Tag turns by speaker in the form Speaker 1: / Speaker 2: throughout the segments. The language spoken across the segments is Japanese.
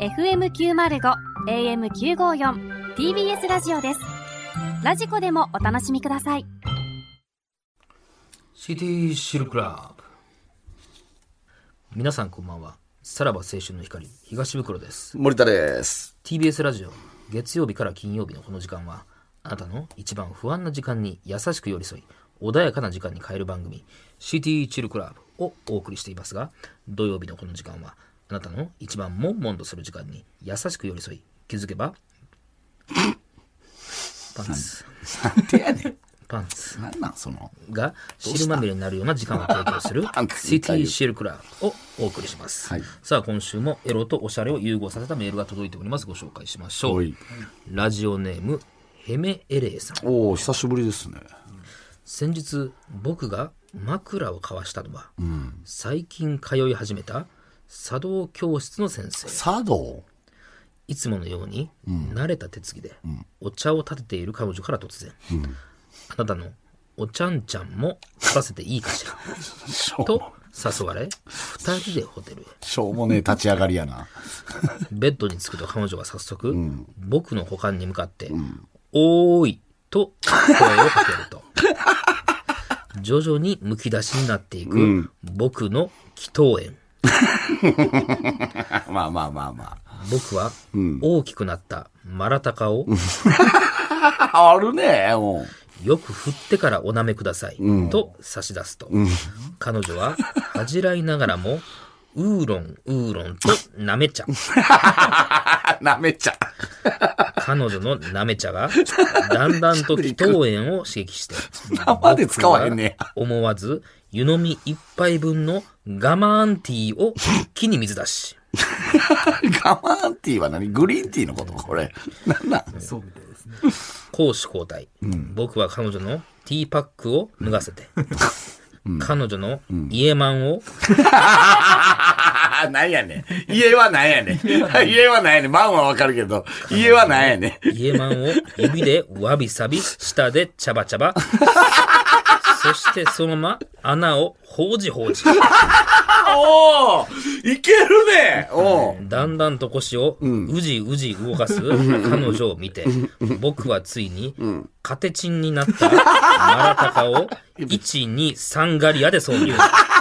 Speaker 1: FM905 AM954 TBS ラジオですラジコでもお楽しみください
Speaker 2: CT シルクラブ皆さんこんばんはさらば青春の光東袋です
Speaker 3: 森田です。
Speaker 2: TBS ラジオ月曜日から金曜日のこの時間はあなたの一番不安な時間に優しく寄り添い穏やかな時間に変える番組 CT チルクラブをお送りしていますが土曜日のこの時間はあなたの一番悶々とする時間に優しく寄り添い気づけばパンツ
Speaker 3: なんでやねん。
Speaker 2: パンツ
Speaker 3: なんなんその。
Speaker 2: が汁まみれになるような時間を提供する
Speaker 3: パンツみたい
Speaker 2: CT
Speaker 3: よ
Speaker 2: シェルクラブをお送りします、
Speaker 3: はい
Speaker 2: さあ今週もエロとおしゃれを融合させたメールが届いておりますご紹介しましょ
Speaker 3: は
Speaker 2: う
Speaker 3: い
Speaker 2: ラジオネームヘメエレイさん
Speaker 3: おお久しぶりですね。
Speaker 2: 先日僕が枕を交わしたのは、最近通い始めた茶道教室の先生
Speaker 3: 茶道。
Speaker 2: いつものように、慣れた手つきで、お茶を立てている彼女から突然、あなたのおちゃんちゃんも立たせていいかしら
Speaker 3: しょう
Speaker 2: と誘われ2人でホテルへ
Speaker 3: しょうもねえ立ち上がりやな。
Speaker 2: ベッドに着くと彼女が早速、僕の股間に向かって「おーい」と声をかけると 徐々にむき出しになっていく、僕の祈祷園
Speaker 3: まあまあまあま
Speaker 2: 僕は大きくなったマラタカを
Speaker 3: あ。変わるね。も
Speaker 2: よく振ってからお舐めください、と差し出すと、彼女は恥じらいながらもウーロンウーロンと舐め茶
Speaker 3: あ、なめちゃ。
Speaker 2: 彼女のなめ茶が、だんだんと祈祷園を刺激して、
Speaker 3: 生で使わへんねや。
Speaker 2: 思わず、湯飲み一杯分のガマンティーを一気に水出し、
Speaker 3: ガマンティーは何グリーンティーのことこれ。なんなん
Speaker 2: 攻守交代。僕は彼女のティーパックを脱がせて、彼女の家マンを
Speaker 3: あ、なんやねん。家はなんやねん。家はなんやねん。マンはわかるけど、家はなんやね
Speaker 2: 家マンを指でわびさび、舌でちゃばちゃば。そしてそのまま穴をほうじほうじ。
Speaker 3: ん。おおいけるねおー
Speaker 2: だんだんと腰をうじうじ動かす彼女を見て、僕はついに、カテチンになったマラタカを、1、2、3ガリアで挿入。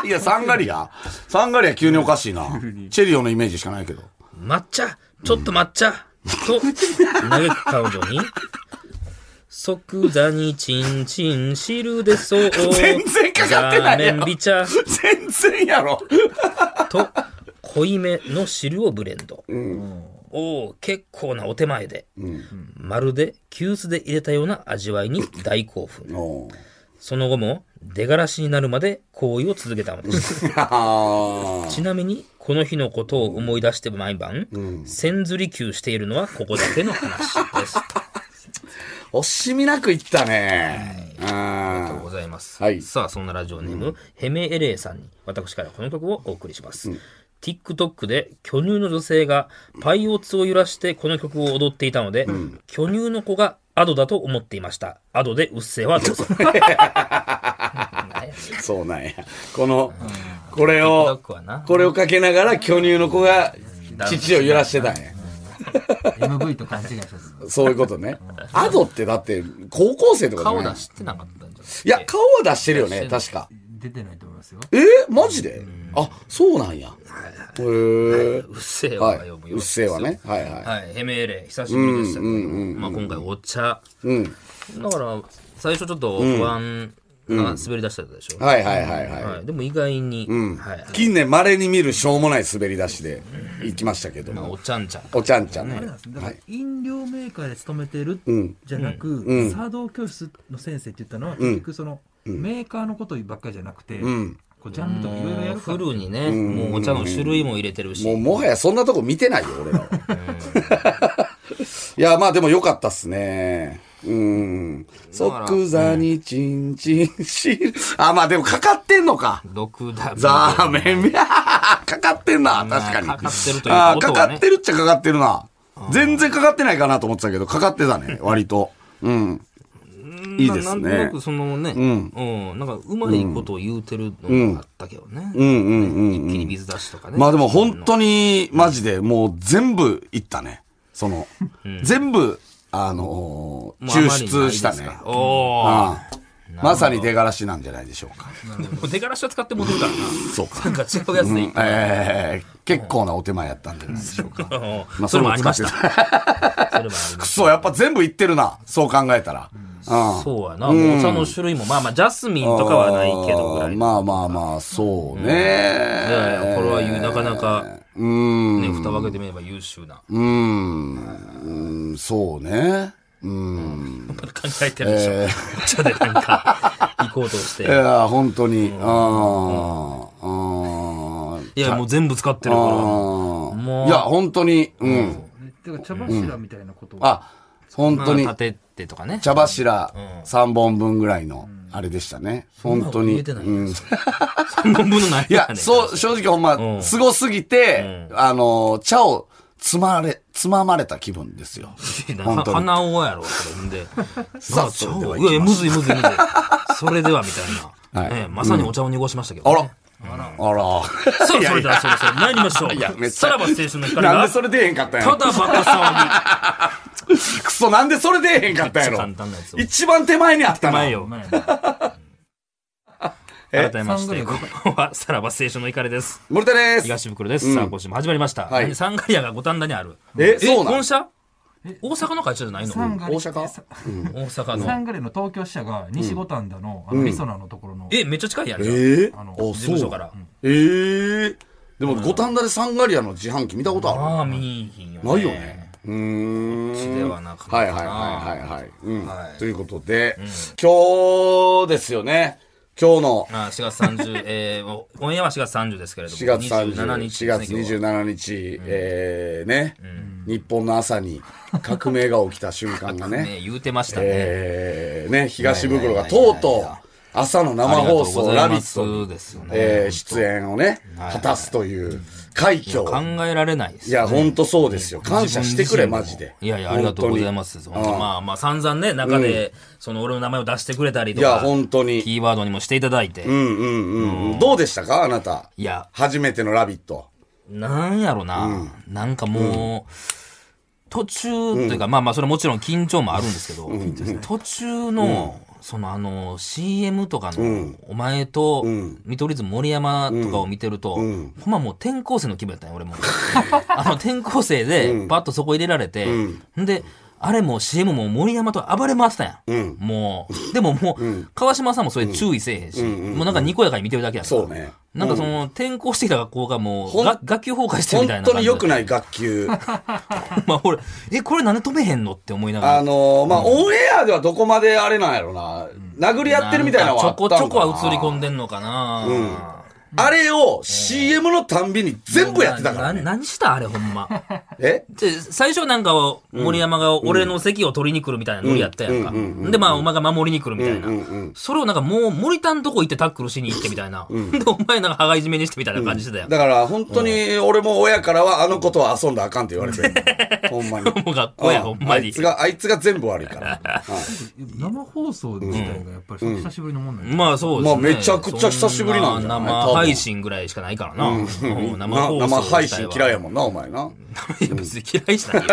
Speaker 3: いや、サンガリアサンガリア急におかしいな。チェリオのイメージしかないけど。
Speaker 2: 抹茶ちょっと抹茶と、嘆く彼女に、即座にチンチン汁でそう。
Speaker 3: 全然かかってないや
Speaker 2: ザー
Speaker 3: ろ
Speaker 2: メン美茶
Speaker 3: 全然やろ。
Speaker 2: と、濃いめの汁をブレンド。おお結構なお手前で、まるで急須で入れたような味わいに大興奮
Speaker 3: お
Speaker 2: その後も出がらしになるまで行為を続けたのです
Speaker 3: あ
Speaker 2: ちなみにこの日のことを思い出して毎晩、千釣り球しているのはここだけの話です
Speaker 3: 惜しみなくいったね。
Speaker 2: と
Speaker 3: う
Speaker 2: ございます、
Speaker 3: はい
Speaker 2: さあそんなラジオネーム、ヘメエレイさんに私からこの曲をお送りします、TikTok で巨乳の女性がパイオツを揺らしてこの曲を踊っていたので、巨乳の子がアドだと思っていましたアドでうっせぇは どうぞ
Speaker 3: ん。そうなんや。この、これを、
Speaker 2: TikTok はな
Speaker 3: これをかけながら巨乳の子が父を揺らしてたんや。
Speaker 4: MV と勘違いしたやつ
Speaker 3: そういうことね。アドってだって高校生とかじ
Speaker 2: 顔
Speaker 3: ゃない
Speaker 2: 出してなかったんじゃない
Speaker 3: いや、顔は出してるよね、確か。
Speaker 4: 出てないと思いますよ。
Speaker 3: えーマジであ、そうなんや。へえ。
Speaker 2: うっせぇ
Speaker 3: は。
Speaker 2: はいよ
Speaker 3: うっせぇわね。はいはい。
Speaker 2: はい、ヘメエレイ久しぶりでしたけど、まあ、今回お茶、だから最初ちょっと不安が滑り出してたでしょ、
Speaker 3: はいはいはいはい。
Speaker 2: はい、でも意外に、はい、
Speaker 3: 近年稀に見るしょうもない滑り出しで行きましたけども、
Speaker 2: おちゃんちゃん
Speaker 3: おちゃんちゃんね。
Speaker 4: だか
Speaker 3: は
Speaker 4: ら
Speaker 3: い
Speaker 4: 飲料メーカーで勤めてるじゃなく、茶道教室の先生って言ったのは、結局その、メーカーのことばっかりじゃなくて、こうジャンルとかいろいろやるか
Speaker 2: フ
Speaker 4: ら、
Speaker 2: ルにね、もうお茶の種類も入れてるし、
Speaker 3: もうもはやそんなとこ見てないよ、俺らは。 いや、まあでも良かったっすね。うん。即座にチンチンしる。あ、まあでもかかってんのか。
Speaker 2: 毒だ。
Speaker 3: ザーメン、 かかってんな、確かに。
Speaker 2: かかってるという
Speaker 3: あ
Speaker 2: か
Speaker 3: ー
Speaker 2: 音
Speaker 3: か
Speaker 2: は
Speaker 3: か
Speaker 2: ね
Speaker 3: ってるっちゃかかってるな。全然かかってないかなと思ってたけど、かかってたね、割と。うん。いいです
Speaker 2: なな
Speaker 3: ね
Speaker 2: んとなくそのね、うん、なんかうまいことを言うてるのがあったけどね。
Speaker 3: うんうんうん
Speaker 2: 一気に水出しとかね。
Speaker 3: まあでも本当にマジでもう全部いったね。その、全部、あのー
Speaker 2: まあ
Speaker 3: 抽出したね。
Speaker 2: あまりないですかおー
Speaker 3: ああまさに出がらしなんじゃないでしょうか。
Speaker 2: でも出がらしは使ってもうてるからな。
Speaker 3: そうか。
Speaker 2: なんか違うやつでいい。
Speaker 3: ええ結構なお手前やったんじゃないでしょうか。
Speaker 2: うんそれもありました。それもありま
Speaker 3: く
Speaker 2: し
Speaker 3: そ、やっぱ全部いってるな。そう考えたら。うん
Speaker 2: た。そうやな。もうお茶の種類も、まあまあ、ジャスミンとかはないけどぐらい。
Speaker 3: まあまあまあ、そうね。
Speaker 2: いやいやこれは言う、なかなか、
Speaker 3: うん、
Speaker 2: ね、蓋を開けてみれば優秀な。
Speaker 3: うん、うん、そうね。うん。
Speaker 2: 考えてるでしょ。お茶でなんか、行こうとして。
Speaker 3: いや、本当に。ああ、ああ、
Speaker 2: いや、もう全部使ってるから。もう
Speaker 3: ああ。いや、本当に。うん。
Speaker 4: だから茶柱みたいなことを
Speaker 3: あ、本当に
Speaker 2: まあ、立ててとかね。
Speaker 3: 茶柱3本分ぐらいの、あれでしたね。本当
Speaker 2: 言
Speaker 3: に。
Speaker 2: えてない
Speaker 3: うん
Speaker 2: 3本分の 何
Speaker 3: いや
Speaker 2: ね、ん
Speaker 3: そう、正直ほん
Speaker 2: う
Speaker 3: ま、
Speaker 2: ん
Speaker 3: すごすぎて、あの、茶をつまれ、つままれた気分ですよ。本当に
Speaker 2: 鼻をやろ、それ。ほんで。
Speaker 3: さあ
Speaker 2: ま
Speaker 3: それでは
Speaker 2: 超
Speaker 3: 行
Speaker 2: い
Speaker 3: き
Speaker 2: や、
Speaker 3: ま
Speaker 2: むずいむずいむずい。それでは、みたいな。
Speaker 3: はい
Speaker 2: ねまさにお茶を濁しましたけど
Speaker 3: あ
Speaker 2: ね。
Speaker 3: ら。あら。
Speaker 2: さあ、それでは、そろそろ参りましょう。
Speaker 3: やめっちゃ
Speaker 2: さらば青春の光
Speaker 3: なん
Speaker 2: が
Speaker 3: で、それ出えへんかったんや
Speaker 2: た
Speaker 3: ろ。
Speaker 2: だバカ騒
Speaker 3: くそ、なんでそれ出えへんかったんや
Speaker 2: ぎ。簡
Speaker 3: ろ。
Speaker 2: 単なやつを。
Speaker 3: 一番手前にあ ったな。
Speaker 2: 前よ。
Speaker 4: 前に
Speaker 2: 改めまして、
Speaker 4: え
Speaker 2: ここは、さらば青春の怒りです。
Speaker 3: 森田です。
Speaker 2: 東袋です。さあ、今週も始まりました。
Speaker 3: はい
Speaker 2: 何サンガリアが五反田にある。
Speaker 3: えそうなん
Speaker 2: 本社大阪の会社じゃないの
Speaker 4: サンガレ
Speaker 3: 大阪
Speaker 2: 大阪
Speaker 4: サ
Speaker 2: の。
Speaker 4: ンガレの東京支社が西五反田のあのリソナのところの
Speaker 2: え、めっちゃ近いやん。
Speaker 3: え
Speaker 2: じゃあ
Speaker 3: え
Speaker 4: あの
Speaker 3: あ、
Speaker 2: 事
Speaker 3: そ
Speaker 2: 務所
Speaker 3: う
Speaker 2: か
Speaker 3: な
Speaker 2: ら。
Speaker 3: ええ。でも、五反田でサンガリアの自販機見たことあ
Speaker 2: まあ、見いひんよ
Speaker 3: るないよね。。うーん。
Speaker 2: こっちではなかなかな
Speaker 3: はいはいはいはいはい。うん
Speaker 2: はい
Speaker 3: ということで、今日ですよね。今日の
Speaker 2: あ4月30、えー、オンエアは4月30ですけれども、
Speaker 3: 4月30
Speaker 2: 27日
Speaker 3: 日、4
Speaker 2: ですね、今日
Speaker 3: 月
Speaker 2: は
Speaker 3: 27日、えーね、日本の朝に革命が起きた瞬間がね、
Speaker 2: ね、言うてましたね。
Speaker 3: えーね、東袋がとうとう、朝の生
Speaker 2: ありが
Speaker 3: 放送、ラ
Speaker 2: とうござい
Speaker 3: ビ
Speaker 2: ます
Speaker 3: ットに
Speaker 2: ですよね
Speaker 3: えー出演をね、果たすという快挙を。
Speaker 2: 考えられないです、
Speaker 3: いや、ほんとそうですよ。感謝してくれ、
Speaker 2: 自分
Speaker 3: マ
Speaker 2: 自
Speaker 3: ジ
Speaker 2: 身も
Speaker 3: で。
Speaker 2: いやいや、ありがとうございます。
Speaker 3: 本当
Speaker 2: 本
Speaker 3: に
Speaker 2: 当
Speaker 3: うん
Speaker 2: まあまあ、散々ね、中で、その俺の名前を出してくれたりと
Speaker 3: い
Speaker 2: か、
Speaker 3: や、本当に。
Speaker 2: キーワードにもしていただいて、
Speaker 3: うんうんうんうん。どうでしたかあなた。
Speaker 2: いや、
Speaker 3: 初めての「ラビット!
Speaker 2: なんやろな、なんかもう、途中というか、まあまあ、それもちろん緊張もあるんですけど、途中の、そのあの、CM とかの、お前と、見取り図森山とかを見てると、ほんまもう転校生の気分やったんよ、俺 も。あの、転校生で、パッとそこ入れられて、んで、あれも CM も森山と暴れ回ってたやん。もう。でももう、川島さんもそれ注意せえへんし、もうなんかにこやかに見てるだけや」ん。
Speaker 3: そうね。
Speaker 2: なんかその、転校してきた学校がもう、
Speaker 3: ほん
Speaker 2: が学級崩壊してるみ
Speaker 3: 本
Speaker 2: たいな
Speaker 3: 当に良く
Speaker 2: ない。
Speaker 3: ない学級。
Speaker 2: まあ俺、え、これなんで止めへんのって思いながら。
Speaker 3: あのー、まあ、オンエアではどこまであれなんやろな。殴り合ってるみたいなのはあ
Speaker 2: な
Speaker 3: っ
Speaker 2: ん
Speaker 3: たん
Speaker 2: か
Speaker 3: かな。
Speaker 2: ちょこちょこは映り込んでんのかな、
Speaker 3: あれを CM のたんびに全部やってたから
Speaker 2: な
Speaker 3: ね。
Speaker 2: 何したあれほんま。
Speaker 3: え
Speaker 2: で、最初なんかを、森山が俺の席を取りに来るみたいなノリやったやんか。で、まあ、お前が守りに来るみたいな。それをなんかもう、森田んとこ行ってタックルしに行ってみたいな。で、お前なんか羽交い締めにしてみたいな感じしてたやん。
Speaker 3: だから、本当に俺も親からはあの子とは遊んだらあかんって言われてる。 ほんまに。
Speaker 2: もう学校や、ほんま
Speaker 3: ああい
Speaker 2: に
Speaker 3: つ。が、あいつが全部悪 いから。
Speaker 4: 生放送自体がやっぱり久しぶりのもんなんで
Speaker 2: まあそうですね。
Speaker 3: まあめちゃくちゃ久しぶりなんじゃない
Speaker 2: そ生配信ぐらいしかないからな。うん生
Speaker 3: な
Speaker 2: 放送
Speaker 3: 生配信嫌いや
Speaker 2: も
Speaker 3: もんな、お前な。
Speaker 2: ん。 別に嫌いじゃないよ。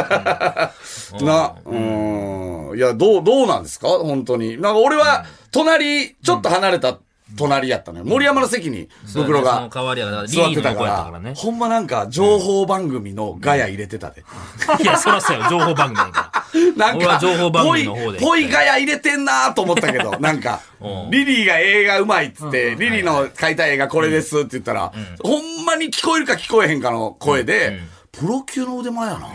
Speaker 3: な、うーん。いや、どう、どうなんですか本当に。なんか俺は、隣、ちょっと離れた隣やったのよ。森山の席に、袋
Speaker 2: その
Speaker 3: が
Speaker 2: 代わりやから、リ
Speaker 3: 座っ
Speaker 2: ー
Speaker 3: て
Speaker 2: ダーの
Speaker 3: たか、
Speaker 2: 声やったかららね。
Speaker 3: ほんまなんか、情報番組のガヤ入れてたで。
Speaker 2: いや、そらそうよ。情報番組だか
Speaker 3: なん
Speaker 2: 俺
Speaker 3: か、
Speaker 2: は情報番
Speaker 3: ぽい
Speaker 2: 組の方で
Speaker 3: ぽいガヤ入れてんなと思ったけ ど、なんか、リリーが映画うまいっつって、リリーの買いたい映画これですって言ったら、ほんまに聞こえるか聞こえへんかの声で、プロ級の腕前やな。
Speaker 2: ら。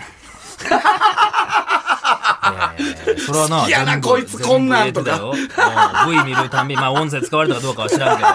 Speaker 2: いやいやそれはな、
Speaker 3: 好きやな
Speaker 2: 全部
Speaker 3: こいつこんなんとか
Speaker 2: 全部入れてたようん V 見るたんび、まあ音声使われたかどうかは知らんけど、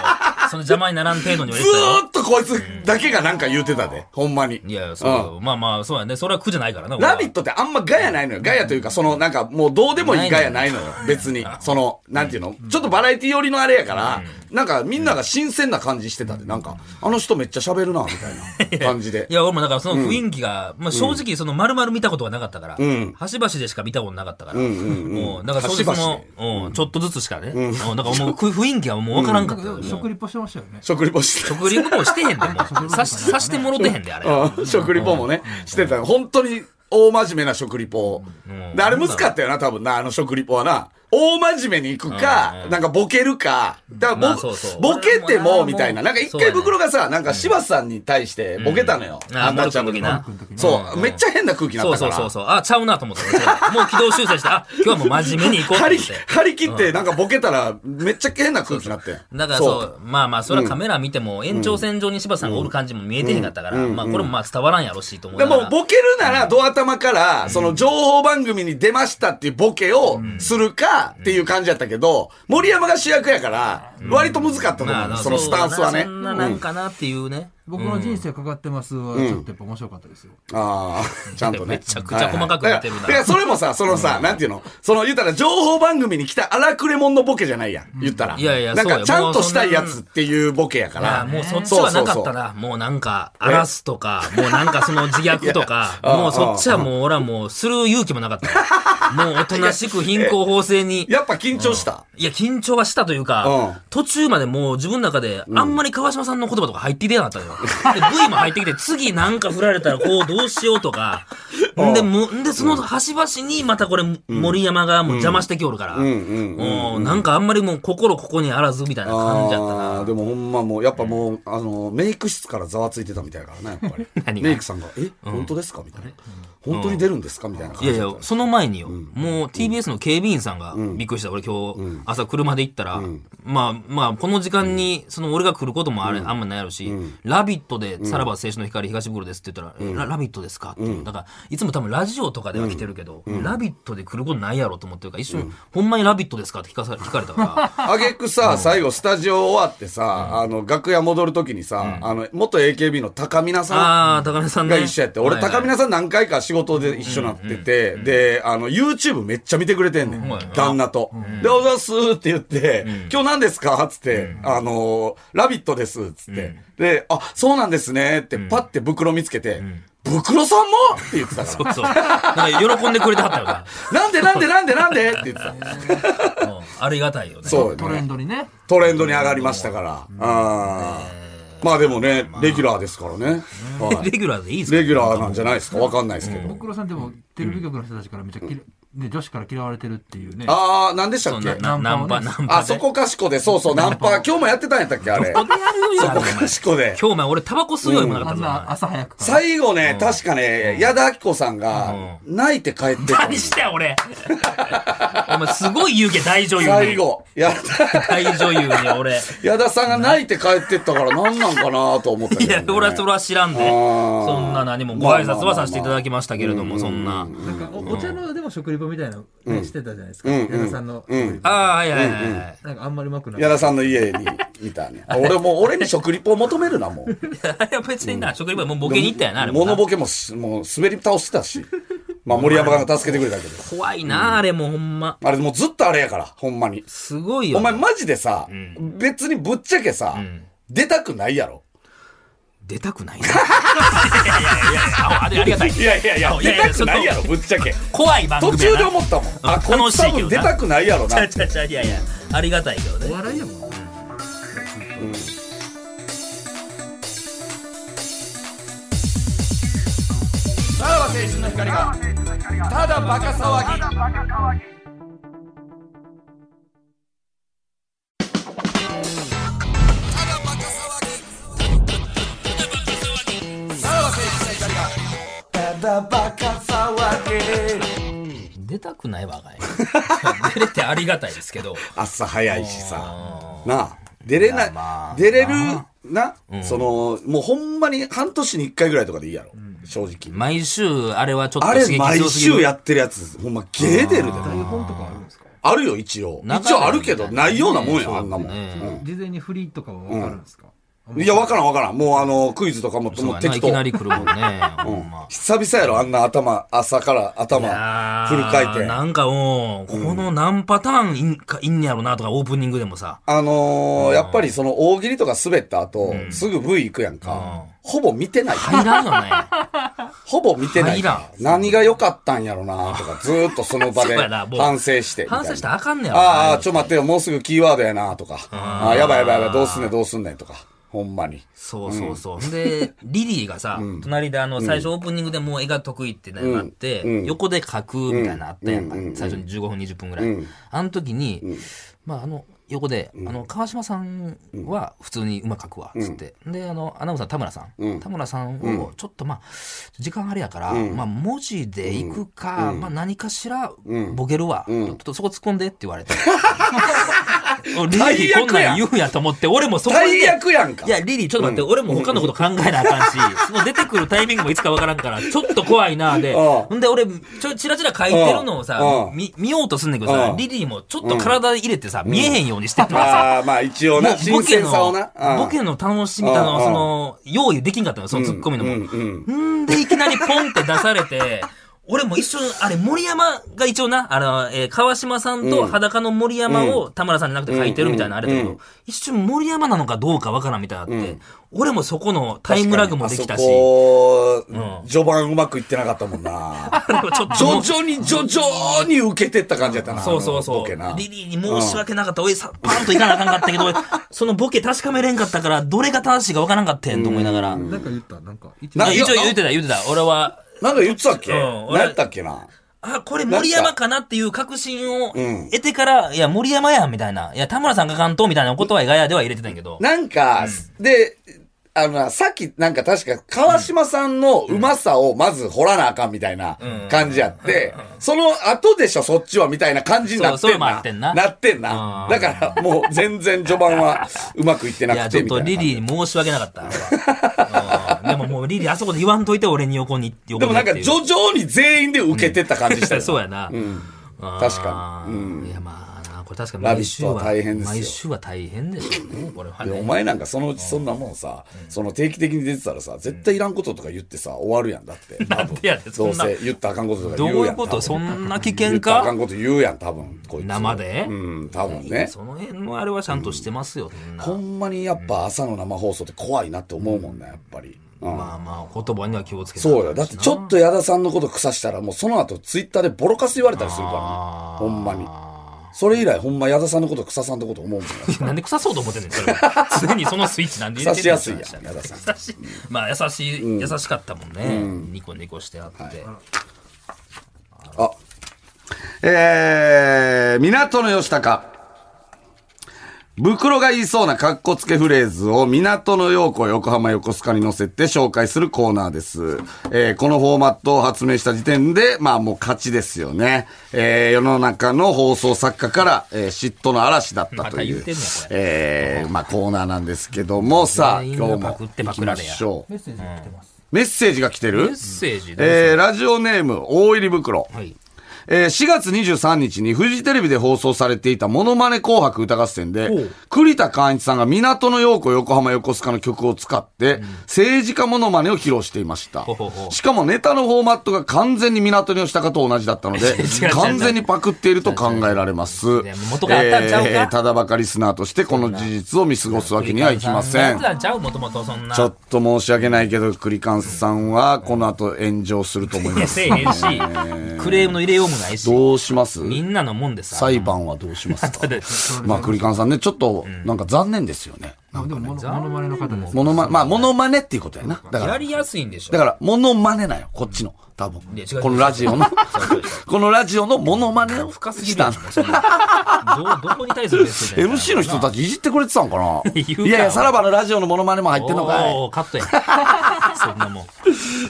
Speaker 2: その邪魔にならん程度には
Speaker 3: ず
Speaker 2: 言われてた
Speaker 3: ーっとこいつだけがなんか言うてたで、ほんまに。
Speaker 2: よ。いや、そうよ。まあまあ、そうやね。それは苦じゃないからな。俺は
Speaker 3: ラビットってあんまガヤないのよ。ガヤというか、その、なんか、もうどうでもいいガヤないのよ。別に。その、なんていうのちょっとバラエティ寄りのあれやから、なんかみんなが新鮮な感じしてたんで、なんか、あの人めっちゃ喋るな、みた いな感じで
Speaker 2: い。や、俺もだからその雰囲気が、まあ正直その丸々見たことがなかったから、端々でしか見たことなかったから。うん。だから、それでそ
Speaker 3: 端々
Speaker 2: の、うん、ちょっとずつしかね。うん。だからもう、ふ雰囲気はもうわからんかったよ。もう
Speaker 4: 食リポしてましたよね。
Speaker 3: 食リポして。
Speaker 2: 食リポもしてへんで、もう。さし、さしてもろてへんで、あれ。
Speaker 3: うん食リポもね、してた。本当に大真面目な食リポ。
Speaker 2: うん
Speaker 3: であれ難かったよな、多分な、あの食リポはな。大真面目に行くか、なんかボケるか。だから
Speaker 2: まあ
Speaker 3: ボ
Speaker 2: そうそう
Speaker 3: ボケても、みたいな。なんか一
Speaker 2: そうや
Speaker 3: 回
Speaker 2: ね
Speaker 3: 袋がさ、なんか柴田さんに対してボケたのよ。
Speaker 2: うんあ
Speaker 3: んたちゃんの
Speaker 2: モル
Speaker 3: な
Speaker 2: ックの時な
Speaker 3: そうう。
Speaker 2: ん
Speaker 3: めっちゃ変な空気にな
Speaker 2: そ
Speaker 3: っ
Speaker 2: う
Speaker 3: たか
Speaker 2: そ
Speaker 3: ら。
Speaker 2: うそうそう。あ、ちゃうなと思った。違うもう軌道修正して、あ、今日はもう真面目に行こうと
Speaker 3: 張
Speaker 2: 思
Speaker 3: り
Speaker 2: って。
Speaker 3: 張り切って、なんかボケたら、めっちゃ変な空気になって。
Speaker 2: だからそう、まあまあ、それはカメラ見ても、延長線上に柴田さんがおる感じも見えてへんかったから、まあこれもまあ伝わらんやろしと思い
Speaker 3: で
Speaker 2: ながら
Speaker 3: も、ボケるなら、ドア玉から、その情報番組に出ましたっていうボケをするかっていう感じやったけど、森山が主役やから、割と難かったと思う
Speaker 2: まあ
Speaker 3: の、そのスタンスはね
Speaker 2: そ。んななんかなっていうね。
Speaker 4: 僕の人生かかってますは、ちょっとやっぱ面白かったですよ。
Speaker 3: ああ、ちゃんと ね。
Speaker 2: めちゃくちゃ細かく
Speaker 3: はい
Speaker 2: や
Speaker 3: は
Speaker 2: って
Speaker 3: い
Speaker 2: るな
Speaker 3: だから、だからそれもさ、そのさ、なんていうのその、言ったら、情報番組に来た荒くれ者のボケじゃないやん。言ったら。
Speaker 2: いやいや
Speaker 3: なん
Speaker 2: そう
Speaker 3: か、
Speaker 2: よ
Speaker 3: ちゃんとしたいやつっていうボケやか
Speaker 2: いや
Speaker 3: ら。
Speaker 2: もうそっちはなかった
Speaker 3: な。
Speaker 2: な。もうなんか、荒らすとか、もうなんかその自虐と か、
Speaker 3: いや
Speaker 2: もうそっちはもう俺はもうする勇気もなかった。もうおとなしく貧困法制に。
Speaker 3: やっぱ緊張した。
Speaker 2: いや、緊張はしたというか、
Speaker 3: うん
Speaker 2: 途中までもう自分の中で、あんまり川島さんの言葉とか入ってきてなかったのよ。で、V も入ってきて、次なんか振られたらこうどうしようとか、んで、もんで、その端々にまたこれ、森山がもう邪魔してきおるから、うんなんかあんまりもう心ここにあらずみたいな感じやったな。
Speaker 3: あーでもほんまもうやっぱもう、あのメイク室からざわついてたみたいだからねやっぱり
Speaker 2: 何が
Speaker 3: メイクさんが「え、本当ですか?」みたいな「本当に出るんですか?」みたいな感
Speaker 2: い
Speaker 3: じ
Speaker 2: やい
Speaker 3: だった
Speaker 2: や、その前によ、もう TBS の警備員さんがびっくりした。俺今日、朝車で行ったら、まあまあ、この時間に、その俺が来ることもあれ、あんまないやろし、ラビットで、さらば青春の光東袋ですって言ったら、えララビットですかっていう。だから、いつも多分ラジオとかでは来てるけど、ラビットで来ることないやろと思ってるから、一瞬、ほんまにラビットですかって聞か さ聞かれたから、
Speaker 3: あげくさ、最後スタジオ終わってさ、あの楽屋戻る時にさ、あの元 AKB の高見菜さん
Speaker 2: ああ、高根さんね。
Speaker 3: が一緒やって、俺
Speaker 2: はいはい
Speaker 3: 高見菜さん何回か仕事で一緒になってて、で、あの、YouTube めっちゃ見てくれてんねん。
Speaker 2: うんうん
Speaker 3: 旦那と。で、おざっすーって言って、今日何ですかつって、あのー、ラビットですっつって、で、あ、そうなんですねって、パッて袋見つけて、袋さんもって言ってたか
Speaker 2: そうそう。なんか喜んでくれてはったよ な。
Speaker 3: ら。なんでなんでなんでなんでって言ってた。
Speaker 2: うんありがたいよね。
Speaker 3: そう
Speaker 4: ト
Speaker 3: よ
Speaker 4: レ
Speaker 3: ね
Speaker 4: ン。ドにね。
Speaker 3: トレンドに上がりましたから。あーまあでもね、レギュラーですからね。は
Speaker 2: レ
Speaker 3: い
Speaker 2: ギュラーでいいですか
Speaker 3: レギュラーなんじゃないですかわかんないですけど。
Speaker 4: 僕らさんでもテレビ局の人たちからめっちゃ嫌いね、女子から嫌われてるっていうね。
Speaker 3: あー、なんでした
Speaker 2: そ
Speaker 3: っ
Speaker 2: う
Speaker 3: け
Speaker 2: ななナ
Speaker 4: ナ
Speaker 2: ン
Speaker 4: ン
Speaker 2: パ、
Speaker 4: パ
Speaker 2: ナンパで。
Speaker 3: あそこかしこで、そうそう、ナン パ、今日もやってたんやったっけ、あれ。
Speaker 2: ここでやるよ、
Speaker 3: そ
Speaker 2: やる
Speaker 3: こ
Speaker 2: よお
Speaker 3: か
Speaker 2: 前
Speaker 3: しこで。
Speaker 2: 今日お前俺タバコ吸うよりもなかっ
Speaker 4: あ
Speaker 2: た
Speaker 4: ん
Speaker 2: ぞ。
Speaker 4: な朝早くから。
Speaker 3: 最後ね、確かね、矢田亜希子さんが、泣いて帰ってた
Speaker 2: 何したよ俺。お前すごい湯気大女優ね。
Speaker 3: 最。後、矢田、
Speaker 2: 大女優に俺。
Speaker 3: 矢田さんが泣いて帰ってったから何なんかなと思ったけ
Speaker 2: い
Speaker 3: どね
Speaker 2: や、俺はそれは知らんで。
Speaker 3: ー
Speaker 2: そんな何もご挨拶はさせていただきましたけれども、そんな。
Speaker 4: なんかおお茶のでも食リポみたいなのしてたじゃないですか。
Speaker 3: うん
Speaker 4: 矢田さんの食リポ。
Speaker 2: ああ、はいはいはいはい。
Speaker 4: なんかあんまりうまくない。
Speaker 3: 矢田さんの家にいた ね。俺もう、俺に食リポを求めるな、もう。
Speaker 2: あれは別にな、食リポもうボケに行ったやな、あれも
Speaker 3: 物
Speaker 2: な。
Speaker 3: ボケもし、もう滑り倒してたし。まあ、森山が助けてくれたけど。
Speaker 2: 怖いな、あれもほんま。
Speaker 3: あれ、もうずっとあれやから、ほんまに。
Speaker 2: すごいよ。
Speaker 3: お前、マジでさ、別にぶっちゃけさ、出たくないやろ。
Speaker 2: 出たくないな。いやいやいや、あありありがたい。
Speaker 3: いやいやいや、
Speaker 2: いや
Speaker 3: 出
Speaker 2: いや
Speaker 3: たくないやろ、ぶっちゃけ。
Speaker 2: 怖い番
Speaker 3: 途
Speaker 2: 組や
Speaker 3: 中
Speaker 2: な。
Speaker 3: で思ったもん。あ、こ
Speaker 2: 楽
Speaker 3: れ
Speaker 2: しい
Speaker 3: 多
Speaker 2: けど
Speaker 3: 分
Speaker 2: な
Speaker 3: 出たくないやろ
Speaker 2: ち
Speaker 3: な
Speaker 2: ゃ。ちゃちゃ、いやいや、ありがたいけどね
Speaker 4: お。笑いやもんな。
Speaker 3: さらば青春の光が、ただバカ騒ぎ。
Speaker 2: 出たくないわがい出れてありがたいですけど
Speaker 3: 朝早いしさ。なあ、出れない、出れる、な、その、もうほんまに半年に一回ぐらいとかでいいやろ。正直。
Speaker 2: 毎週あれはちょっと
Speaker 3: あ
Speaker 2: 刺
Speaker 3: れ、
Speaker 2: 激
Speaker 3: 毎
Speaker 2: 強すぎ
Speaker 3: 週
Speaker 2: る
Speaker 3: やってるやつ、ほんま、ゲー出るで。
Speaker 4: 台本とかあるんですか
Speaker 3: あるよ、一応。
Speaker 2: 中
Speaker 3: 一応あるけど、
Speaker 2: ね
Speaker 3: ないようなもんや、
Speaker 2: そう
Speaker 3: あんなもん。
Speaker 2: ね
Speaker 4: 事前にフリーとかはわかるんですか
Speaker 3: うんいや、わからんわからん。もう、あの、クイズとかも、
Speaker 2: そう
Speaker 3: も
Speaker 2: や
Speaker 3: う
Speaker 2: な
Speaker 3: 適
Speaker 2: い
Speaker 3: 当
Speaker 2: き。なり来るもんねほんま
Speaker 3: 久々やろ、あんな頭、朝から頭
Speaker 2: いや、ー
Speaker 3: フル回転。
Speaker 2: なんかもうこの何パターンいんかいんやろなとかオープニングでもさ
Speaker 3: あのーやっぱりその大喜利とか滑った後、すぐ V 行くやんか。ほぼ見てない。
Speaker 2: 入らんよね。
Speaker 3: ほぼ見てない
Speaker 2: 入らん。
Speaker 3: 何が良かったんやろなとか、ずーっとその場で
Speaker 2: そうやなもう
Speaker 3: 反省してみたいな。
Speaker 2: 反省したらあかんねやろ
Speaker 3: ああ、ちょ待ってよ、もうすぐキーワードやなとか。ああ、やばいやばいやばい、どうすんねんどうすんねんとか。ほんまに。
Speaker 2: そうそうそう。で、リリーがさ、隣であの、最初オープニングでもう絵が得意ってなって、横で描くみたいなのあったやんか。最初に15分、20分ぐらい。あの時に、まあ、あの、横で、あの、川島さんは普通にうまく描くわ、つって。で、あの、アナウンサー田村さん。田村さんを、ちょっとまあ、時間あれやから、まあ、文字でいくか、まあ、何かしら、ボケるわ。ちょっとそこ突っ込んでって言われ て。 リリーこんなん言うんやと思って、俺もそこにね
Speaker 3: 最悪やんか
Speaker 2: いや、リリー、ちょっと待って、俺も他のこと考えなあかんし、 もう出てくるタイミングもいつかわからんから、ちょっと怖いなあで、
Speaker 3: ああ
Speaker 2: ほんで俺、ちょ、ちらちら書いてるのを
Speaker 3: あ
Speaker 2: さ
Speaker 3: あ、
Speaker 2: 見、見ようとすんねんけど
Speaker 3: あ
Speaker 2: さ
Speaker 3: あ、
Speaker 2: リリーもちょっと体入れてさ、見えへんようにしてるからさ、
Speaker 3: ああ、まあ一応
Speaker 2: も
Speaker 3: な、
Speaker 2: うボ
Speaker 3: 新
Speaker 2: ケ
Speaker 3: 鮮
Speaker 2: の
Speaker 3: さをな。、ああ
Speaker 2: ボケの楽しみだ
Speaker 3: あああ
Speaker 2: の、
Speaker 3: あ
Speaker 2: その、用意できんかったのよ、そのツッコミのも。
Speaker 3: うんうん
Speaker 2: んで、いきなりポンって出されて、俺も一瞬、あれ、森山が一応な、あの、えー川島さんと裸の森山を田村さんじゃなくて書いてるみたいなあれだけ
Speaker 3: うんうん
Speaker 2: ど、一瞬森山なのかどうかわからんみたいなのあって、俺もそこのタイムラグもできたし、
Speaker 3: あそこ、
Speaker 2: うん
Speaker 3: 序盤うまくいってなかったも んな。
Speaker 2: あれはちょっとも
Speaker 3: 徐
Speaker 2: う。
Speaker 3: 々に徐々に受けてった感じやったな。
Speaker 2: そうそう
Speaker 3: あの
Speaker 2: そ
Speaker 3: ボケな
Speaker 2: う。リリーに申し訳なかった。おい、さ、パンといかなあかんかったけど、 俺そのボケ確かめれんかったから、どれが正しいかわからんかったやんと思いながら。
Speaker 4: なんか言ったなんか一
Speaker 3: な
Speaker 4: 応
Speaker 2: あ一応言うてた、言うてた。俺は、
Speaker 3: なんか言ってたっけ、
Speaker 2: うん俺
Speaker 3: 何やったっけな
Speaker 2: あ、これ森山かなっていう確信を得てから、いや、森山やん、みたいな。いや、田村さんが関東みたいなことはガヤでは入れてたんやけど。
Speaker 3: なんか、で、あのな、さっきなんか確か川島さんのうまさをまず掘らなあかんみたいな感じやって、その後でしょ、そっちはみたいな感じになって
Speaker 2: そうそうんも
Speaker 3: な。
Speaker 2: あってんな
Speaker 3: ってんな
Speaker 2: うん
Speaker 3: だからもう全然序盤はうまくいっ
Speaker 2: い
Speaker 3: てな
Speaker 2: や、
Speaker 3: く
Speaker 2: ち
Speaker 3: て
Speaker 2: ょっ
Speaker 3: みたい
Speaker 2: と
Speaker 3: な。
Speaker 2: リリーに申し訳なかった俺 は。うんでももうリリー、あそこで言わんといて、俺に横に、横に。
Speaker 3: でもなんか徐々に全員で受けてった感じ したよ
Speaker 2: そうやな。あー
Speaker 3: 確かにう
Speaker 2: いや、まあな、これ確かに
Speaker 3: ラビ
Speaker 2: 毎
Speaker 3: ッ
Speaker 2: 週
Speaker 3: ト
Speaker 2: は、
Speaker 3: は大変ですよ
Speaker 2: 毎週は大変でしょうね、これは
Speaker 3: で
Speaker 2: ね。
Speaker 3: お前なんかそのうちそんなもんさ、その定期的に出てたらさ、絶対いらんこととか言ってさ、終わるやん、だって。多分
Speaker 2: なんでやねんそ
Speaker 3: どうん
Speaker 2: な
Speaker 3: せ言ったらあかんこととか
Speaker 2: どう
Speaker 3: 言う
Speaker 2: い
Speaker 3: や。
Speaker 2: うんことそんな危
Speaker 3: 言
Speaker 2: 険
Speaker 3: ったらあか
Speaker 2: か
Speaker 3: んこと言うやん、多分、こいつ。
Speaker 2: 生で
Speaker 3: うん、多分ね。
Speaker 2: その辺のあれはちゃんとしてますよ、そんな
Speaker 3: ほんまにやっぱ朝の生放送って怖いなって思うもんな、やっぱり。うん
Speaker 2: まあまあ、言葉には気をつけて。
Speaker 3: そうよ。だってちょっと矢田さんのこと腐したら、もうその後ツイッターでボロカス言われたりするから
Speaker 2: あ
Speaker 3: ね。
Speaker 2: ー
Speaker 3: ほんまに。それ以来ほんま矢田さんのこと腐さんってこと思うもんね。
Speaker 2: なんで腐そうと思ってんねん、それは。 常にそのスイッチなんで入れてんね
Speaker 3: 刺しやすいやん矢田さ
Speaker 2: ん。刺しまあ、優しい、優しかったもんね。ニコニコしてあって。
Speaker 3: あ、えー、港の吉高。袋が言いそうな格好つけフレーズを港の陽子横浜横須賀に載せて紹介するコーナーです。えーこのフォーマットを発明した時点で、まあもう勝ちですよね。えー世の中の放送作家から、えー嫉妬の嵐だった
Speaker 2: ま
Speaker 3: と
Speaker 2: た
Speaker 3: い
Speaker 2: 言っ
Speaker 3: う、
Speaker 2: てんねんこれ
Speaker 3: えーまあコーナーなんですけども、さあ
Speaker 2: 全
Speaker 3: 今
Speaker 2: 員
Speaker 3: 日
Speaker 2: が
Speaker 3: も
Speaker 2: パクって
Speaker 3: 行
Speaker 2: パ
Speaker 3: き
Speaker 2: ク
Speaker 3: ま
Speaker 2: られや
Speaker 3: しょう
Speaker 4: メッ。セージが来てます
Speaker 3: メッセージが来て
Speaker 2: メ
Speaker 3: る
Speaker 2: ッセージ
Speaker 3: えー
Speaker 2: で。
Speaker 3: ラジオネーム、大入り袋。
Speaker 2: はい。
Speaker 3: えー4月23日にフジテレビで放送されていたモノマネ紅白歌合戦で
Speaker 2: ほう、
Speaker 3: 栗田寛一さんが港の陽子横浜横須賀の曲を使って、政治家モノマネを披露していました
Speaker 2: ほほ。ほ
Speaker 3: しかもネタのフォーマットが完全に港の吉高と同じだった の
Speaker 2: 違う
Speaker 3: で
Speaker 2: 違う違、う
Speaker 3: 完全にパクっていると考えられます。
Speaker 2: や元があったんちゃうか
Speaker 3: えーただばかリスナーとしてこの事実を見過ごすわけにはいきません
Speaker 2: そ。なちゃうもともとそんな。
Speaker 3: ちょっと申し訳ないけど、栗寛さんはこの後炎上すると思い
Speaker 2: いや、
Speaker 3: ま
Speaker 2: せ
Speaker 3: す
Speaker 2: え。へんし、クレームの入れようもないし、
Speaker 3: どうします
Speaker 2: みんなのもんでさ。
Speaker 3: 裁判はどう しますか
Speaker 2: だって
Speaker 3: まあ、栗ンさんね、ちょっと、なんか残念ですよね。
Speaker 4: あでもモノモノマネの方です
Speaker 3: モノマネ、まあ、モノマネっていうことやな。だか
Speaker 2: や
Speaker 3: ら、
Speaker 2: りやすいんでしょ。
Speaker 3: だから、モノマネなよ、こっちの。多分
Speaker 2: いや違う違。う
Speaker 3: このラジオ の、このラジオのモノマネを
Speaker 2: 深すぎ
Speaker 3: し
Speaker 2: るや
Speaker 3: た
Speaker 2: ん。そんなどう、どこに対するメッセー ジやねん
Speaker 3: MC の人たちいじってくれてたんかな
Speaker 2: 言うか
Speaker 3: いやいや、さらばのラジオのモノマネも入ってんのかい
Speaker 2: おーカットやん。そんなもん。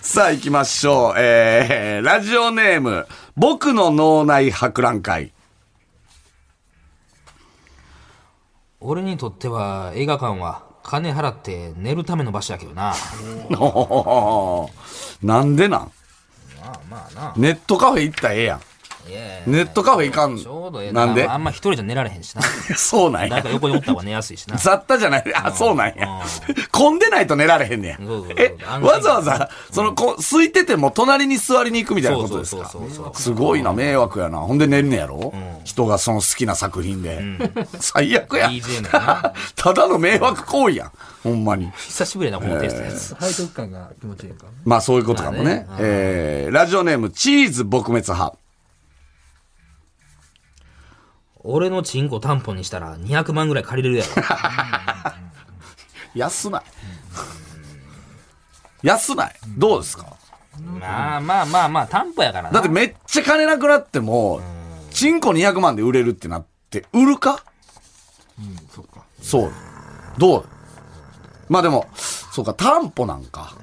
Speaker 3: さあ行きましょう。えー、ラジオネーム、僕の脳内博覧会。
Speaker 2: 俺にとっては映画館は金払って寝るための場所やけどな。
Speaker 3: おーなんでなん
Speaker 2: まあまあな。
Speaker 3: ネットカフェ行ったらええやん。
Speaker 2: いやいやいや
Speaker 3: ネットカフェ行かん
Speaker 2: ちょうどええ
Speaker 3: なんで
Speaker 2: あんま一人じゃ寝られへんしな。
Speaker 3: そうなん
Speaker 2: 誰
Speaker 3: や
Speaker 2: か。横におった方が寝やすいしな。
Speaker 3: 雑多じゃない。あ、そうなんや。混んでないと寝られへんねや
Speaker 2: そうそうそう。
Speaker 3: え
Speaker 2: あ、の
Speaker 3: わざわざ、その、こう空いてても隣に座りに行くみたいなことですか
Speaker 2: そうそうそうそう
Speaker 3: すごいな、迷惑やな。ほんで寝んねやろ人がその好きな作品で。最悪や。
Speaker 2: BGM やな
Speaker 3: ただの迷惑行為やん。ほんまに。
Speaker 2: 久しぶりやな、このテストのやつ。
Speaker 4: 背徳感が気持ちいいんかな
Speaker 3: まあそういうことかもね。えーラジオネーム、チーズ撲滅派。
Speaker 2: 俺のチンコ担保にしたら200万ぐらい借りれるや ろ。
Speaker 3: 安ない。安ない。どうですか
Speaker 2: まあまあまあまあ、担保やから
Speaker 3: だ
Speaker 2: な。
Speaker 3: ってめっちゃ金なくなっても、チンコ200万で売れるってなって、売るか
Speaker 4: そっか
Speaker 3: そう。どうまあでも、そうか、担保なんか。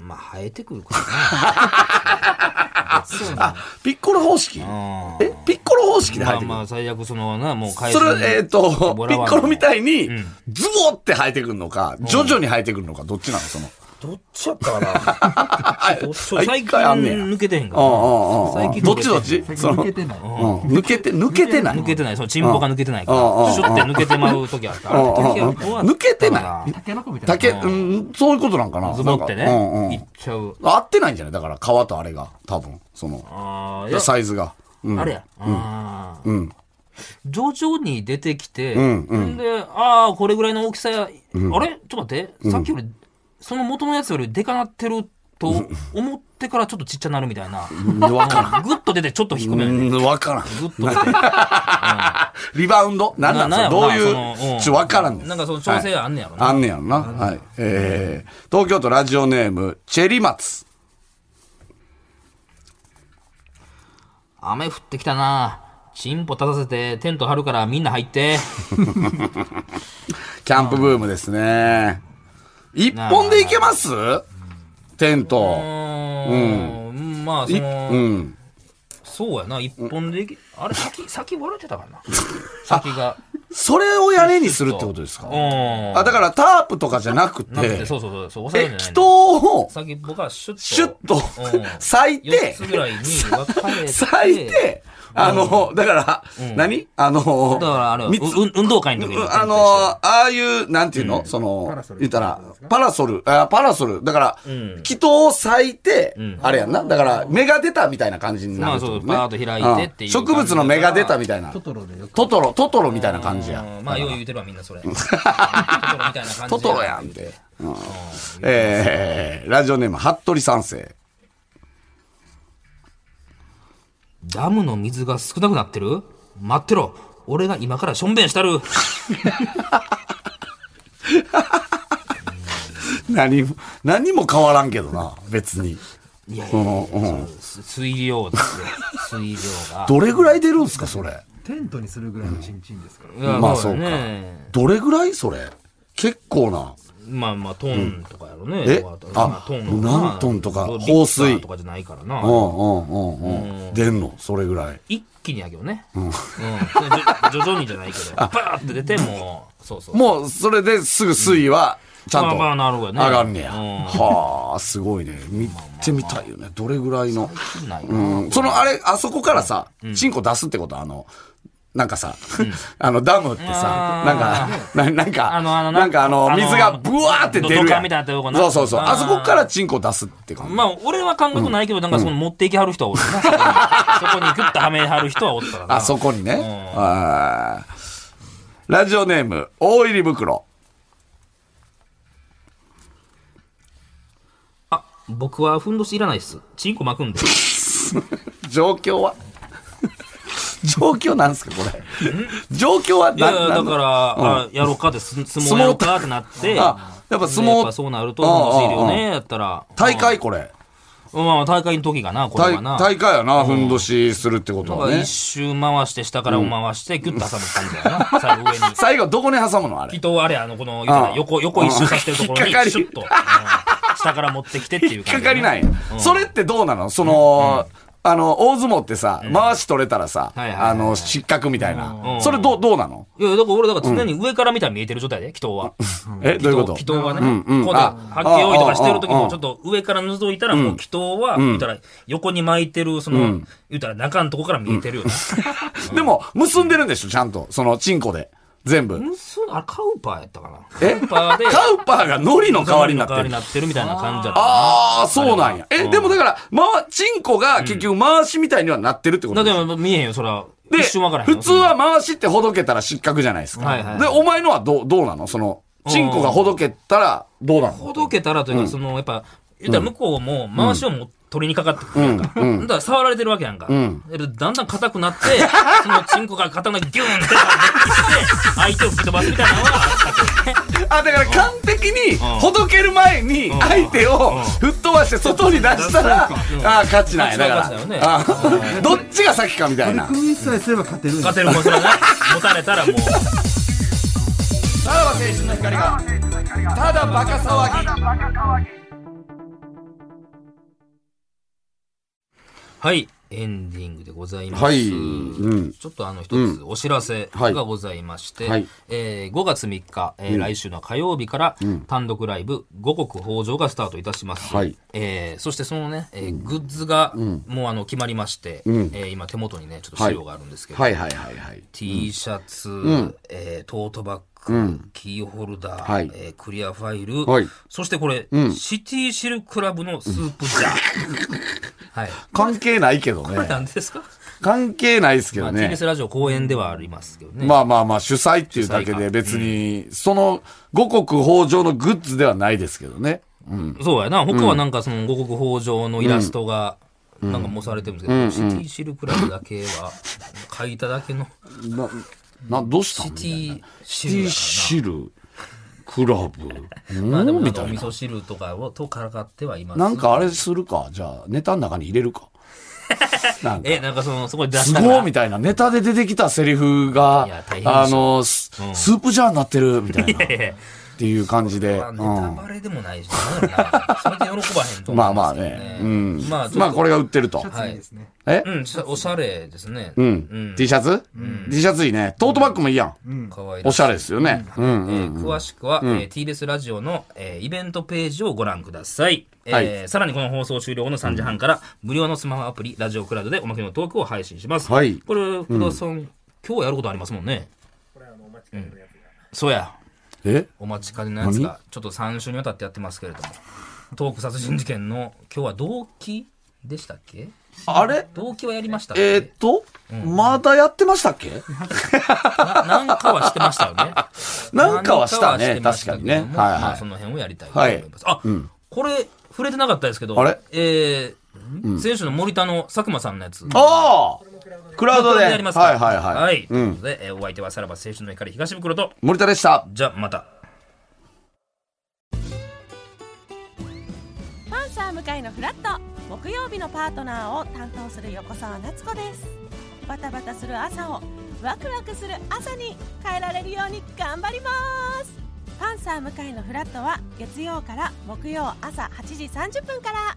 Speaker 2: まあ、生えてくるからな。そうな
Speaker 3: あ、ピッコロ方式
Speaker 2: ん
Speaker 3: え、ピッコロ方式で
Speaker 2: ま
Speaker 3: 入っ
Speaker 2: あ
Speaker 3: てく
Speaker 2: ま
Speaker 3: る
Speaker 2: あ、最悪そのな、もう返
Speaker 3: それ、えっ、と、ピッコロみ
Speaker 2: い。
Speaker 3: たいに、ズボって生えてくるのか、徐々に生えてくるのか、どっちなのその。
Speaker 2: どっちやった か
Speaker 3: あ
Speaker 2: な。
Speaker 3: あ
Speaker 2: 最
Speaker 3: 一
Speaker 2: 近
Speaker 3: 回あんねや。
Speaker 2: 抜けてへんか
Speaker 3: うんう
Speaker 2: ら。
Speaker 3: んうん
Speaker 2: 最
Speaker 3: うん
Speaker 2: 近
Speaker 3: どっちどっち
Speaker 4: 最近
Speaker 3: その
Speaker 4: 抜けてない
Speaker 3: うん抜けて、抜けてない。
Speaker 2: 抜けてない。そのチンポが抜けてないか
Speaker 3: うんう
Speaker 2: ら。
Speaker 3: ん
Speaker 2: シュって抜けてまう時あった。
Speaker 3: うんうんうん抜けてな
Speaker 2: ないい。
Speaker 4: タケノコみたいな
Speaker 3: 竹、うん、そういうことなんかな。
Speaker 2: ズボってね。
Speaker 3: なんかうんう
Speaker 2: いっ
Speaker 3: ん。
Speaker 2: ちゃう。
Speaker 3: 合ってないんじゃないだから、皮とあれが、多分、その、
Speaker 2: ああ、いや、
Speaker 3: サイズが。うん
Speaker 2: あれや。あー
Speaker 3: うん。
Speaker 2: 徐々に出てきて、
Speaker 3: んうん
Speaker 2: んで、ああ、これぐらいの大きさや、あれちょっと待って、さっきより、その元のやつよりでかなってると思ってからちょっとちっちゃなるみたいな。
Speaker 3: わからん。
Speaker 2: グッと出てちょっと低
Speaker 3: う
Speaker 2: め。グ
Speaker 3: ん、わからん。
Speaker 2: ッと出て。
Speaker 3: リバウンドなんなん
Speaker 2: な
Speaker 3: それ
Speaker 2: なんや
Speaker 3: ど
Speaker 2: ろ
Speaker 3: う
Speaker 2: なそ
Speaker 3: い
Speaker 2: のう
Speaker 3: う、
Speaker 2: ん
Speaker 3: ちょ、わからんです。
Speaker 2: なんかその調整があんねやろな。
Speaker 3: あんねやろな。はい。えー、東京都ラジオネーム、チェリマツ。
Speaker 2: 雨降ってきたな。チンポ立たせて、テント張るからみんな入って。
Speaker 3: キャンプブームですね。一本でいけますテン
Speaker 2: う
Speaker 3: ト。
Speaker 2: ーん。まあ、その、
Speaker 3: うん。
Speaker 2: そうやな。一本でいけ、あれ、先、先割れてた かな。先が。
Speaker 3: それを屋根にするってことですか
Speaker 2: うん。
Speaker 3: あ、だからタープとかじゃなく
Speaker 2: なくて、
Speaker 3: て、
Speaker 2: そうそうそうそう、押さえ
Speaker 3: え
Speaker 2: るん、じゃない
Speaker 3: 祈
Speaker 2: の
Speaker 3: 祷を、
Speaker 2: 先っぽがシュッと。
Speaker 3: シュッと
Speaker 2: うん、
Speaker 3: 咲い
Speaker 2: 4
Speaker 3: て
Speaker 2: つ、ぐらいに分かれて。
Speaker 3: 咲いて、あの、だから、何あの、
Speaker 2: だからあれ、う
Speaker 3: 三つ
Speaker 2: う運動会の時
Speaker 3: う
Speaker 2: に
Speaker 3: んあのー、ああいう、なんていうの、その
Speaker 4: ラソ、ル
Speaker 3: 言ったら、パラソル、あパラソル。だから、祈祷を咲いて、あれやんな。だから、芽が出たみたいな感じになる、
Speaker 2: まあそう
Speaker 3: って
Speaker 2: パー
Speaker 3: こ
Speaker 2: ッと
Speaker 3: とね
Speaker 2: 開いてっていう
Speaker 3: 植物の芽が出たみたいな
Speaker 4: ト。トロでよく
Speaker 3: トトロ、トトロみたいな感じや。
Speaker 2: うんまあ、よう言うてるわ、みんな それ。トトロみたいな感じ。
Speaker 3: トトロやんって。うんえー、ラジオネーム、服部三世。
Speaker 2: ダムの水が少なくなってる待ってろ。俺が今からしょんべんしたる。
Speaker 3: 何も、何も変わらんけどな、別に。
Speaker 2: いやい
Speaker 3: そ
Speaker 2: や、
Speaker 3: の、うん。
Speaker 2: す水量ですよ。水量が。
Speaker 3: どれぐらい出るんすか、それ。
Speaker 4: テントにするぐらいのチンチンですから
Speaker 2: いや
Speaker 3: まあそうか
Speaker 2: だね
Speaker 3: どれぐらいそれ。結構な。
Speaker 2: まあまあ、トンとかやろね。
Speaker 3: え
Speaker 2: ま
Speaker 3: あ
Speaker 2: トン
Speaker 3: 何トンとか
Speaker 2: まあ
Speaker 3: 放水
Speaker 2: リッターとかじゃないからな。
Speaker 3: うんうんうんうん。出んの、それぐらい。
Speaker 2: 一気にやけどね。うん。じょ徐々にじゃないけど、バーって出て、もう、そうそう。
Speaker 3: もう、それですぐ水位は、ちゃんと
Speaker 2: まあ
Speaker 3: 上
Speaker 2: まあなるほどね
Speaker 3: がんねや。
Speaker 2: うん
Speaker 3: はあ、すごいね。見てみたいよね。どれぐらいの。
Speaker 2: ないな
Speaker 3: うん、そのあれ、あそこからさ、チンコ出すってことあの、なんかさ、あの、ダムってさ、
Speaker 2: あー
Speaker 3: なんか、ななんか、
Speaker 2: あのあの
Speaker 3: なんかあの、
Speaker 2: あの
Speaker 3: 水がブワーって
Speaker 2: ど
Speaker 3: 出る
Speaker 2: ど
Speaker 3: や
Speaker 2: か
Speaker 3: ん。
Speaker 2: みたいなとこな
Speaker 3: そうそうそう。
Speaker 2: あー
Speaker 3: あそこからチンコ出すって感じ。
Speaker 2: まあ、俺は感覚ないけど、なんかその持っていきはる人はおるな。そこにそこにグッとはめはる人はおったからな。
Speaker 3: あそこにね。あーラジオネーム、大入り袋。
Speaker 2: あ、僕はふんどしいらないっす。チンコ巻くんで。
Speaker 3: 状況は 状況なんですかこれ。状況はい
Speaker 2: や
Speaker 3: ない
Speaker 2: や、
Speaker 3: な
Speaker 2: だ
Speaker 3: ん
Speaker 2: から、あやろうかって、す相撲やろうかってなって、
Speaker 3: あやっぱ相撲
Speaker 2: でやっぱそうなると楽しいよ
Speaker 3: ああ
Speaker 2: ね、やったら。
Speaker 3: 大会これ。
Speaker 2: うんまあ、大会の時かな、これ
Speaker 3: 大
Speaker 2: はな。
Speaker 3: 大会やな、ふんどしするってことは
Speaker 2: なんか
Speaker 3: ね
Speaker 2: 一。周回して、下からも回して、ギュッと挟む感じだな、最後上に。
Speaker 3: 最後どこに挟むのあ
Speaker 2: き
Speaker 3: れ
Speaker 2: っ。とあれ、あの、この、言うたら
Speaker 3: ああ
Speaker 2: 横、横一周させてるところに、
Speaker 3: 引っかかり
Speaker 2: シュッと、うん下から持ってきてっていう
Speaker 3: 引
Speaker 2: 感
Speaker 3: っか
Speaker 2: じ
Speaker 3: か
Speaker 2: だね、
Speaker 3: りない。それってどうなのその、あの、大相撲ってさ、回し取れたらさ、
Speaker 2: はいはいはいは
Speaker 3: あ
Speaker 2: い
Speaker 3: の、失格みたいな。
Speaker 2: うん
Speaker 3: それどう、どうなの
Speaker 2: いや、だから俺、だから常に上から見たら見えてる状態で、祈祷は。
Speaker 3: え、どういうこと
Speaker 2: 祈祷はね、
Speaker 3: うんうん
Speaker 2: こう
Speaker 3: あ
Speaker 2: 発揮用意とかしてる時
Speaker 3: ああああ
Speaker 2: も、ちょっと上から覗いたら、もう祈祷は、言ったら、横に巻いてる、その、言ったら中のとこから見えてるよね。
Speaker 3: でも、結んでるんでしょ、ちゃんと。その、チンコで。全部。
Speaker 2: うん、そうあれカウパーやったかな。
Speaker 3: え
Speaker 2: カウパーで、
Speaker 3: カウパーがノリの代わりになっ
Speaker 2: 代わり
Speaker 3: てる
Speaker 2: に。なってるみたいな感じだったかな。
Speaker 3: ああ、そうなんや。
Speaker 2: あれ
Speaker 3: え、
Speaker 2: は
Speaker 3: でもだから、まわ、チンコが結局回しみたいにはなってるってこ
Speaker 2: だ
Speaker 3: とで
Speaker 2: け
Speaker 3: す
Speaker 2: ど、見えへんよ、そら。
Speaker 3: で、
Speaker 2: 一瞬わからへんよ
Speaker 3: 普通は、回しってほどけたら失格じゃないですか。
Speaker 2: はいはい
Speaker 3: で、お前のはどう、どうなのその、チンコがほどけたらどうなの
Speaker 2: ほどけたらというか、その、やっぱ、言ったら向こうも、回しをもう取りにかかってくるやんか。
Speaker 3: うんうん
Speaker 2: だから触られてるわけやんか。
Speaker 3: ん
Speaker 2: でだんだん硬くなって、そのチンコが硬くなって、ギューンってデッキして、相手を吹き飛ばすみたいなのはあったけどね。
Speaker 3: あ、だから完璧に、
Speaker 2: ん
Speaker 3: ほどける前に、
Speaker 2: ん
Speaker 3: 相手を吹っ飛ばして外に出したら、あ
Speaker 2: うん
Speaker 3: あー、勝ちなんや。だから
Speaker 2: 勝ちだよね
Speaker 3: あー、どっちが先かみたいな。
Speaker 4: 取り組みさえすれば勝てるんです
Speaker 2: 勝てるもん、それはね。持たれたらもう。
Speaker 3: さらば青春の光が、ただバカ騒ぎ。
Speaker 2: はい、エンディングでございます。
Speaker 3: はいうん
Speaker 2: ちょっとあの一つお知らせ
Speaker 3: はい
Speaker 2: がございまして、
Speaker 3: はい
Speaker 2: えー5月3日、えー来週の火曜日から単独ライブ「五穀豊穣」がスタートいたします。
Speaker 3: はい
Speaker 2: えーそしてそのね、えーグッズがもうあの決まりまして、えー今手元にねちょっと資料があるんですけど、
Speaker 3: はいはいはいはい。
Speaker 2: T シャツ、えートートバッグ、キーホルダー、
Speaker 3: はい
Speaker 2: えークリアファイル、
Speaker 3: はい
Speaker 2: そしてこれ、シティシルクラブのスープジ ャー。はい。
Speaker 3: 関係ないけど
Speaker 2: これ
Speaker 3: ね。
Speaker 2: 何ですか、
Speaker 3: 関係ないですけ
Speaker 2: ま
Speaker 3: ど
Speaker 2: あ、
Speaker 3: ね。
Speaker 2: TBS ラジオ公演ではありますけどね。
Speaker 3: まあまあまあ、主催っていうだけ
Speaker 2: 主催
Speaker 3: で
Speaker 2: か
Speaker 3: 別に、その五穀豊穣のグッズではないですけどね。うん。
Speaker 2: そうやな。他はなんかその五穀豊穣のイラストが、なんか模されてるんですけど、シティシルクラブだけは、書いただけの、
Speaker 3: な、な、どうした
Speaker 2: シ
Speaker 3: の
Speaker 2: テ
Speaker 3: み
Speaker 2: ィシ
Speaker 3: たい
Speaker 2: ル
Speaker 3: な
Speaker 2: や
Speaker 3: シル、クラブ、
Speaker 2: からな。まあでも
Speaker 3: うん
Speaker 2: なんか
Speaker 3: みた
Speaker 2: お
Speaker 3: い
Speaker 2: 味
Speaker 3: な。
Speaker 2: 噌汁とかをとからかってはいます。
Speaker 3: なんかあれするかじゃあ、ネタの中に入れるか。なんか。
Speaker 2: え、なんかその、そこに出
Speaker 3: す
Speaker 2: したか
Speaker 3: ごい
Speaker 2: ら。
Speaker 3: みたいな。ネタで出てきたセリフが
Speaker 2: いや大変でし、ょ
Speaker 3: あの、ス
Speaker 2: ん
Speaker 3: スープジャーになってる、みたいな。っ
Speaker 2: いやいや
Speaker 3: ていう感じで。
Speaker 2: まあ
Speaker 3: うん
Speaker 2: ネタバレでもないし、なんやろなそれで喜ばへんと思
Speaker 3: まあ
Speaker 2: い
Speaker 3: ま
Speaker 2: ます
Speaker 3: あ
Speaker 2: けど
Speaker 3: ね。うん。
Speaker 2: まあちょっと、
Speaker 3: まあこれが売ってると。
Speaker 2: はい
Speaker 4: ですね。
Speaker 3: え
Speaker 2: うん、しゃおしゃれですね。
Speaker 3: う
Speaker 2: うんん。
Speaker 3: T シャツ ?T シャツいいね。トートバッグもいいやん。
Speaker 2: かわいら
Speaker 3: お
Speaker 2: し
Speaker 3: しゃれですよね。うんうん。
Speaker 2: えー詳しくは、えー TBS ラジオの、えーイベントページをご覧ください、えー
Speaker 3: はい
Speaker 2: さらにこの放送終了後の3時半から、無料のスマホアプリラジオクラウドでおまけのトークを配信します、
Speaker 3: はい
Speaker 2: これ福田さん、今日やることありますもんねこれあのお待ちかねのやつが、
Speaker 3: え
Speaker 2: そうやお待ちかねのやつがちょっと3週にわたってやってますけれどもトーク殺人事件の今日は動機でしたっけ
Speaker 3: あれ
Speaker 2: 動機はやりましたっけ
Speaker 3: えーっと、まだやってましたっけ。
Speaker 2: ななんかはしてましたよね
Speaker 3: なんかはした
Speaker 2: なんかはして
Speaker 3: ね
Speaker 2: ましたけども
Speaker 3: 確かにねはいはい
Speaker 2: まあその辺をやりたいと思います。あ、これ、触れてなかったですけど、
Speaker 3: あれ
Speaker 2: えー、選手の森田の佐久間さんのやつ。
Speaker 3: ああクラウドで。
Speaker 2: やりますから
Speaker 3: はいはいはい。
Speaker 2: はい。と
Speaker 3: う
Speaker 2: いうこ
Speaker 3: ん。
Speaker 2: とで、えーお相手はさらば青春の怒り東袋と、
Speaker 3: 森田でした。
Speaker 2: じゃあまた。
Speaker 5: パンサー向かいのフラット木曜日のパートナーを担当する横澤夏子ですバタバタする朝をワクワクする朝に変えられるように頑張りますパンサー向かいのフラットは月曜から木曜朝8時30分から